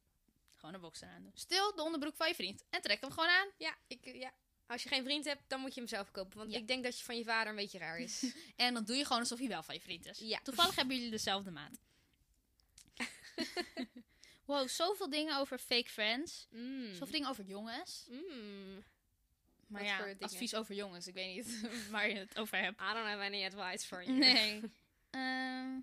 A: Gewoon een boxer aan doen. Stil de onderbroek van je vriend. En trek hem gewoon aan.
B: Ja, ik, eh, ja, als je geen vriend hebt, dan moet je hem zelf kopen. Want
A: Ja.
B: ik denk dat je van je vader een beetje raar
A: <laughs>
B: is.
A: En dan doe je gewoon alsof hij wel van je vriend is.
B: Ja.
A: Toevallig hebben jullie dezelfde
B: <laughs>
A: maat. wow, zoveel dingen over fake friends.
B: Mm.
A: Zoveel dingen over jongens.
B: Mm.
A: Maar
B: Wat
A: ja,
B: voor dingen?
A: advies over jongens. Ik weet niet <laughs> waar je het over hebt.
B: I don't have any advice for you.
A: Nee. <laughs> Ehm,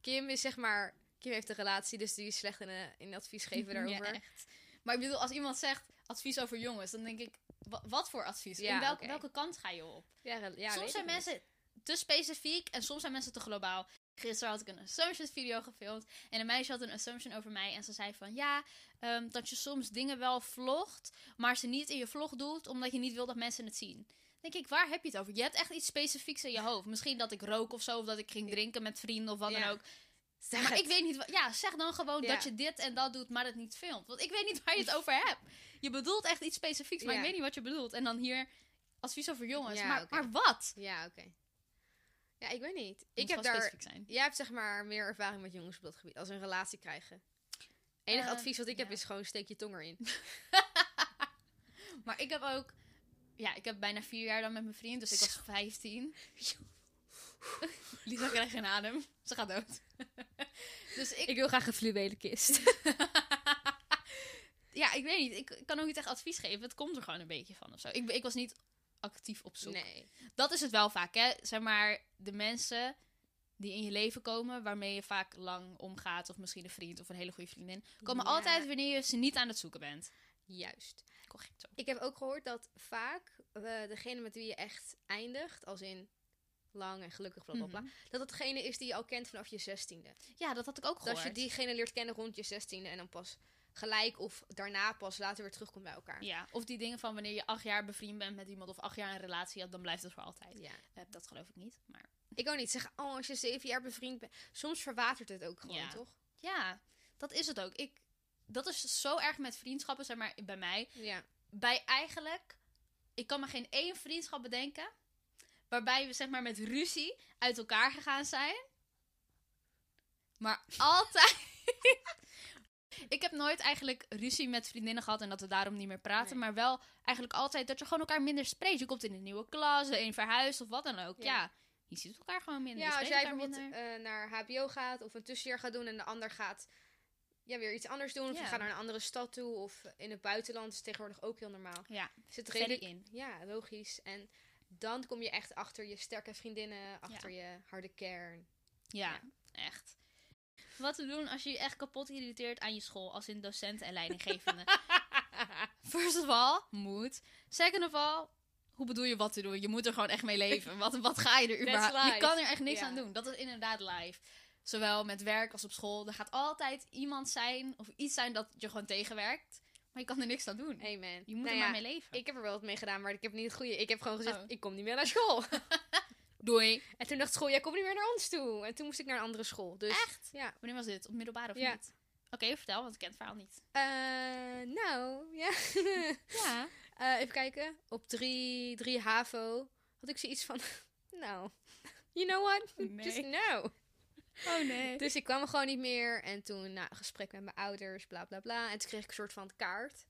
B: Kim is zeg maar... Kim heeft een relatie, dus die is slecht in, eh, in advies geven daarover.
A: <laughs> Ja, echt. Maar ik bedoel, als iemand zegt advies over jongens, dan denk ik, wa- wat voor advies?
B: Ja,
A: In welk-
B: oké.
A: welke kant ga je op?
B: Ja, re- ja, weet
A: soms zijn
B: ik niet.
A: mensen te specifiek en soms zijn mensen te globaal. Gisteren had ik een assumptions video gefilmd en een meisje had een assumption over mij en ze zei van ja, ehm, dat je soms dingen wel vlogt, maar ze niet in je vlog doet omdat je niet wil dat mensen het zien. Denk ik, waar heb je het over? Je hebt echt iets specifieks in je hoofd. Misschien dat ik rook of zo, of dat ik ging drinken met vrienden of wat
B: Ja.
A: dan ook.
B: Zeg
A: maar
B: het.
A: ik weet niet wat. Ja, zeg dan gewoon
B: Ja.
A: dat je dit en dat doet, maar het niet filmt. Want ik weet niet <laughs> waar je het over hebt. Je bedoelt echt iets specifieks, maar
B: Ja.
A: ik weet niet wat je bedoelt. En dan hier advies over jongens.
B: Ja,
A: maar,
B: oké.
A: maar wat?
B: Ja, oké. Ja, ik weet niet. Ik
A: Moet wel
B: heb daar...
A: specifiek zijn.
B: Jij hebt zeg maar meer ervaring met jongens op dat gebied. Als een relatie krijgen. Enig
A: Eh,
B: advies wat ik heb
A: ja.
B: is gewoon steek je tong erin.
A: Maar ik heb ook... Ja, ik heb bijna vier jaar dan met mijn vriend, dus ik was 15. <laughs> Lisa krijgt geen adem. Ze gaat dood. <laughs> dus ik...
B: wil graag een fluwelen kist.
A: ja, ik weet niet. Ik, ik kan ook niet echt advies geven. Het komt er gewoon een beetje van of zo. Ik, ik was niet actief op zoek.
B: <laughs> nee.
A: Dat is het wel vaak, hè. Zeg maar, de mensen die in je leven komen, waarmee je vaak lang omgaat... of misschien een vriend of een hele goede vriendin... komen
B: Ja.
A: altijd wanneer je ze niet aan het zoeken bent.
B: Juist.
A: Correct zo.
B: Ik heb ook gehoord dat vaak eh, degene met wie je echt eindigt, als in lang en gelukkig, bla bla bla,
A: Mhm.
B: dat het degene is die je al kent vanaf je zestiende.
A: Ja, dat had ik ook gehoord.
B: Dat je diegene leert kennen rond je zestiende en dan pas gelijk of daarna pas later weer terugkomt bij elkaar.
A: Ja, of die dingen van wanneer je acht jaar bevriend bent met iemand of acht jaar een relatie hebt, dan blijft het voor altijd.
B: Ja.
A: Eh, dat geloof ik niet, maar
B: Ik ook niet zeggen, oh, als je zeven jaar bevriend bent. Soms verwatert het ook gewoon,
A: Ja.
B: toch?
A: ja, dat is het ook. Ik, dat is zo erg met vriendschappen, zeg maar, bij mij.
B: Ja.
A: Bij eigenlijk, ik kan me geen één vriendschap bedenken waarbij we zeg maar met ruzie uit elkaar gegaan zijn. Maar altijd... <laughs> Ik heb nooit eigenlijk ruzie met vriendinnen gehad en dat we daarom niet meer praten.
B: Nee.
A: Maar wel eigenlijk altijd dat je gewoon elkaar minder spreekt. Je komt in een nieuwe klas, de een verhuist of wat dan ook.
B: Ja.
A: Ja, je ziet elkaar gewoon minder. je
B: Ja, als
A: spreekt
B: jij
A: elkaar
B: bijvoorbeeld
A: minder.
B: eh, naar HBO gaat of een tussenjaar gaat doen en de ander gaat ja, weer iets anders doen. Of je
A: Ja.
B: gaat naar een andere stad toe of in het buitenland. is tegenwoordig ook heel normaal.
A: Ja,
B: Zit
A: verder
B: eh, redelijk
A: in.
B: Ja, logisch. En dan kom je echt achter je sterke vriendinnen, achter je harde kern.
A: Ja,
B: Ja.
A: echt. Wat te doen als je je echt kapot irriteert aan je school, als in docenten en
B: <laughs>
A: leidinggevende. First of all, moet. Second of all, hoe bedoel je wat te doen? Je moet er gewoon echt mee leven. Wat, wat ga je er
B: That's
A: überhaupt?
B: life.
A: Je kan er echt niks
B: Ja.
A: aan doen. Dat is inderdaad live. Zowel met werk als op school. Er gaat altijd iemand zijn of iets zijn dat je gewoon tegenwerkt. Maar je kan er niks aan doen.
B: Amen.
A: Je moet
B: Nou
A: er maar
B: ja,
A: mee leven.
B: Ik heb er wel wat mee gedaan, maar ik heb niet het goede. Ik heb gewoon gezegd,
A: Oh.
B: ik kom niet meer naar school. <laughs>
A: Doei.
B: en toen dacht school, jij komt niet meer naar ons toe. En toen moest ik naar een andere school. Dus
A: Echt?
B: ja.
A: Wanneer was dit? Op middelbare of
B: Ja.
A: niet? Oké, vertel, want ik ken het verhaal niet.
B: Eh, nou, ja.
A: Ja.
B: Eh, even kijken. Op 3, 3 HAVO had ik zoiets van, <laughs> nou, you know what? Just
A: <laughs> Nee.
B: no.
A: Oh
B: <laughs>
A: <laughs> nee.
B: Dus ik kwam er gewoon niet meer. En toen, na een gesprek met mijn ouders, bla bla bla. En toen kreeg ik een soort van kaart.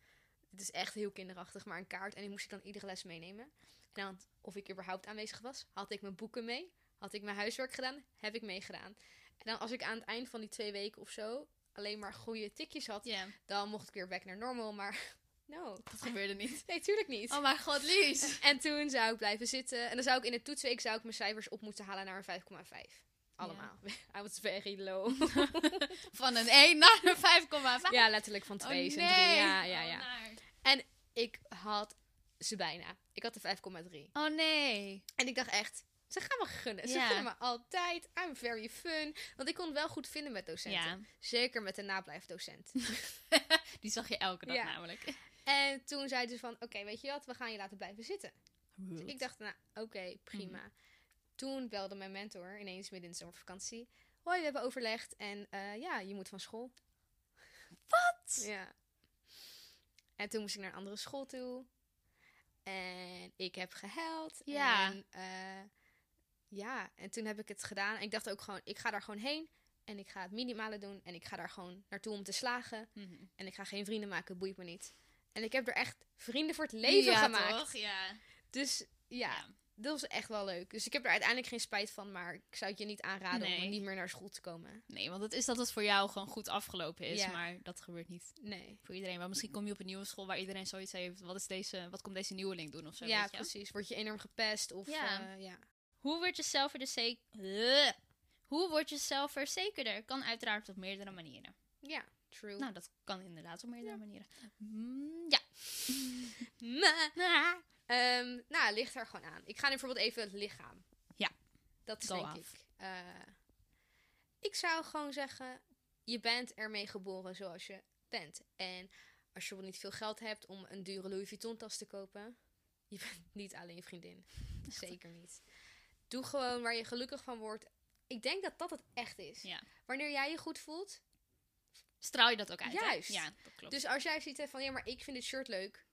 B: Het is echt heel kinderachtig, maar een kaart. En die moest ik dan iedere les meenemen. En dan, of ik überhaupt aanwezig was, had ik mijn boeken mee. Had ik mijn huiswerk gedaan, heb ik meegedaan. En dan als ik aan het eind van die twee weken of zo alleen maar goede tikjes had,
A: Ja,
B: dan mocht ik weer back naar normal. Maar <laughs> no,
A: dat gebeurde niet. <laughs>
B: nee, tuurlijk niet.
A: Oh mijn god, Lies.
B: En toen zou ik blijven zitten. En dan zou ik in de toetsweek zou ik mijn cijfers op moeten halen naar een 5,5. Allemaal. <laughs> I was very low.
A: Van een 1 naar een 5,5.
B: Ja, letterlijk van twee is een drie. Ja, ja,
A: Oh,
B: ja.
A: naar.
B: nou. Ik had ze bijna. Ik had de 5,3.
A: Oh nee.
B: En ik dacht echt, ze gaan me gunnen. Ze
A: Ja.
B: gunnen me altijd. I'm very fun. Want ik kon het wel goed vinden met docenten.
A: Ja,
B: Zeker met de nablijfdocent.
A: <laughs> die zag je elke dag
B: Ja.
A: namelijk.
B: en toen zeiden ze van, oké, weet je wat? We gaan je laten blijven zitten. Dus ik dacht, nou, oké, prima.
A: Mhm.
B: Toen belde mijn mentor ineens midden in de zomervakantie. Hoi, we hebben overlegd en eh, ja, je moet van school. Wat? Ja. En toen moest ik naar een andere school toe. En ik heb gehuild.
A: Ja.
B: En eh, ja, en toen heb ik het gedaan. En ik dacht ook gewoon, ik ga daar gewoon heen. En ik ga het minimale doen. En ik ga daar gewoon naartoe om te slagen.
A: Mhm.
B: En ik ga geen vrienden maken, boeit me niet. En ik heb er echt vrienden voor het leven
A: ja,
B: gemaakt.
A: Toch? Ja.
B: Dus ja,
A: Ja.
B: dat was echt wel leuk. Dus ik heb er uiteindelijk geen spijt van. Maar ik zou het je niet aanraden om
A: Nee.
B: niet meer naar school te komen.
A: Nee, want het is dat het voor jou gewoon goed afgelopen is,
B: Ja.
A: maar dat gebeurt niet
B: Nee.
A: voor iedereen. Maar misschien kom je op een nieuwe school waar iedereen zoiets heeft. Wat, is deze, wat komt deze nieuweling doen of zo?
B: ja,
A: weet je?
B: precies. Word je enorm gepest of
A: Ja.
B: ja. ja.
A: Hoe word je zelfverzekerder? Hoe word je zelfverzekerder? Kan uiteraard op meerdere manieren.
B: Ja, true.
A: Nou, dat kan inderdaad op meerdere manieren. Mm, ja. <laughs>
B: Mwah. Ehm, nou, ligt er gewoon aan. Ik ga nu bijvoorbeeld even het lichaam.
A: Ja.
B: Dat is
A: Go
B: denk
A: af.
B: ik. eh, ik zou gewoon zeggen, je bent ermee geboren zoals je bent. En als je bijvoorbeeld niet veel geld hebt om een dure Louis Vuitton tas te kopen, je bent <laughs> niet alleen
A: <laughs>
B: vriendin. Zeker niet. Doe gewoon waar je gelukkig van wordt. Ik denk dat dat het echt is.
A: Ja.
B: Wanneer jij je goed voelt.
A: Straal je dat ook uit? hè?
B: Juist.
A: Ja, dat klopt.
B: Dus als jij ziet van, ja, maar ik vind dit shirt leuk.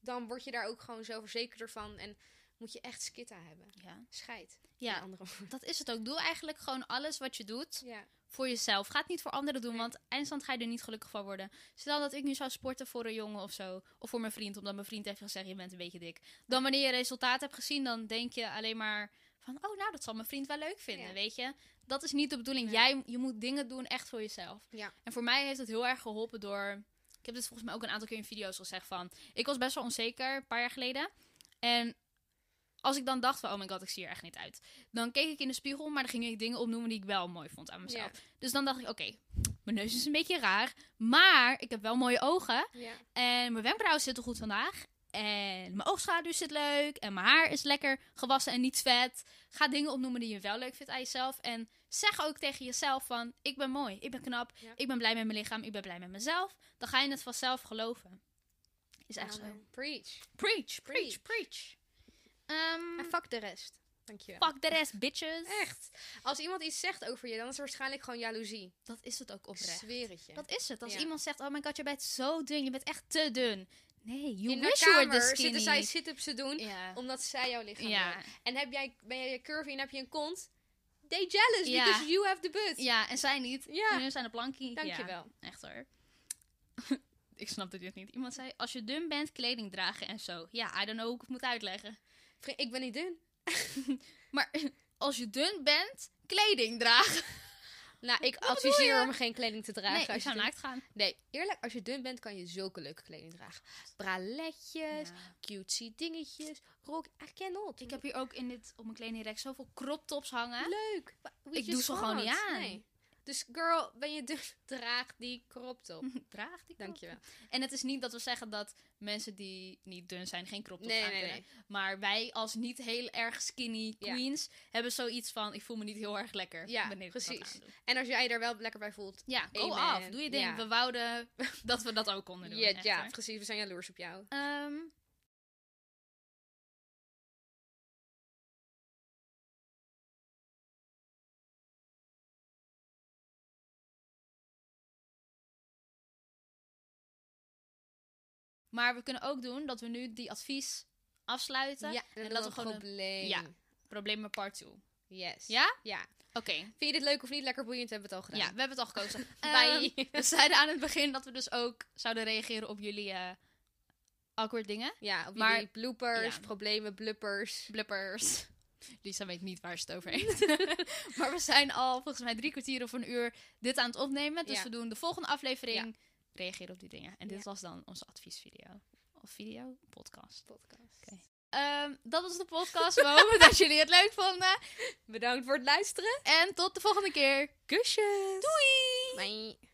B: Dan word je daar ook gewoon zo verzekerder van. En moet je echt skit aan hebben.
A: ja.
B: Scheid.
A: ja,
B: Een
A: <laughs>
B: andere woorden.
A: dat is het ook. Doe eigenlijk gewoon alles wat je doet
B: Ja.
A: voor jezelf. Ga het niet voor anderen doen,
B: Nee.
A: want eindstand ga je er niet gelukkig van worden. Stel dat ik nu zou sporten voor een jongen of zo, of voor mijn vriend, omdat mijn vriend heeft gezegd, je bent een beetje dik. Dan wanneer je resultaat hebt gezien, dan denk je alleen maar van, oh nou, dat zal mijn vriend wel leuk vinden,
B: Ja.
A: weet je. Dat is niet de bedoeling.
B: Nee.
A: Jij, je moet dingen doen echt voor jezelf.
B: Ja.
A: En voor mij heeft het heel erg geholpen door... Ik heb dit volgens mij ook een aantal keer in video's gezegd van... Ik was best wel onzeker een paar jaar geleden. En als ik dan dacht van... Oh my god, ik zie er echt niet uit. Dan keek ik in de spiegel, maar dan ging ik dingen opnoemen die ik wel mooi vond aan mezelf. Dus dan dacht ik, oké, mijn neus is een beetje raar. Maar ik heb wel mooie ogen. <laughs>
B: Ja.
A: En mijn wenkbrauwen zitten goed vandaag. En mijn oogschaduw zit leuk. En mijn haar is lekker gewassen en niet vet. Ga dingen opnoemen die je wel leuk vindt aan jezelf. En zeg ook tegen jezelf van... Ik ben mooi, ik ben knap,
B: Ja.
A: ik ben blij met mijn lichaam, ik ben blij met mezelf. Dan ga je het vanzelf geloven. Is echt zo.
B: Amen. Nou, Preach.
A: Preach,
B: preach,
A: preach, preach. Ehm,
B: En fuck de rest. Dankjewel.
A: fuck de rest, bitches.
B: Echt. Als iemand iets zegt over je, dan is het waarschijnlijk gewoon jaloezie.
A: Dat is het ook
B: Ik
A: oprecht.
B: zweer het je.
A: Dat is het. Als
B: Ja.
A: iemand zegt, oh my god, je bent zo dun, je bent echt te dun. Nee, you
B: In de
A: wish you were
B: kamer
A: this skinny.
B: zitten zij sit-ups te doen,
A: ja.
B: omdat zij jouw lichaam
A: Ja.
B: willen. En heb jij, ben jij curvy en heb je een kont? They jealous,
A: Ja.
B: because you have the butt.
A: ja, en zij niet.
B: Ja.
A: En hun zijn de plankie. Ja.
B: Dankjewel.
A: Echt hoor. <laughs> ik snapte dit niet. Iemand zei, als je dun bent, kleding dragen en zo. Ja, I don't know hoe ik het moet uitleggen.
B: Vriend, Ik ben niet dun.
A: Maar <laughs> als je dun bent, kleding dragen.
B: Nou, ik
A: bedoel je?
B: adviseer om geen kleding te dragen.
A: Nee, ik
B: als je
A: zou
B: dun-
A: naakt gaan.
B: nee, eerlijk, als je dun bent, kan je zulke leuke kleding dragen. Braletjes,
A: Ja.
B: cutesy dingetjes, rok, I cannot.
A: Ik heb hier ook in dit, op mijn kledingrek zoveel crop tops hangen.
B: <laughs> Leuk. Wa- we
A: Ik doe
B: just
A: ze gewoon niet
B: can't.
A: aan.
B: Dus girl, ben je dus <laughs> draag die crop <laughs> top.
A: Draag die crop
B: Dankjewel.
A: En het is niet dat we zeggen dat mensen die niet dun zijn geen crop tops
B: Nee,
A: aan
B: nee,
A: kunnen.
B: nee.
A: Maar wij als niet heel erg skinny
B: Ja.
A: queens hebben zoiets van ik voel me niet heel erg lekker
B: Ja,
A: wanneer ik dat
B: precies.
A: aandoe.
B: En als jij je daar wel lekker bij voelt.
A: Ja, go
B: Amen.
A: af. Doe je ding.
B: Ja.
A: We wouden <laughs> dat we dat ook konden doen.
B: Ja,
A: echt
B: ja,
A: hoor.
B: precies. We zijn jaloers op jou.
A: Ehm, maar we kunnen ook doen dat we nu die advies afsluiten.
B: Ja, en dat
A: gewoon
B: is gewoon
A: een-
B: een probleem.
A: Ja. Problemen part 2. Oké.
B: Yes.
A: Ja?
B: Ja.
A: Ja,
B: Vind je dit leuk of niet? Lekker boeiend, we hebben het al
A: we
B: gedaan.
A: hebben het al <laughs> gekozen. Ehm,
B: Bye.
A: we zeiden aan het begin dat we dus ook zouden reageren op jullie eh, awkward dingen.
B: ja, op
A: Maar-
B: jullie bloopers,
A: ja.
B: problemen, bluppers.
A: Blippers. Lisa weet niet waar ze het over heeft. <laughs> maar we zijn al volgens mij drie kwartier of een uur dit aan het opnemen. Dus
B: Ja.
A: we doen de volgende aflevering. Reageren op die dingen. En dit
B: Ja.
A: was dan onze adviesvideo. Of video? Podcast.
B: Podcast.
A: Oké. Ehm, dat was de <laughs> podcast. We hopen dat jullie het leuk vonden.
B: Bedankt voor het luisteren.
A: En tot de volgende keer.
B: Kusjes.
A: Doei!
B: Bye.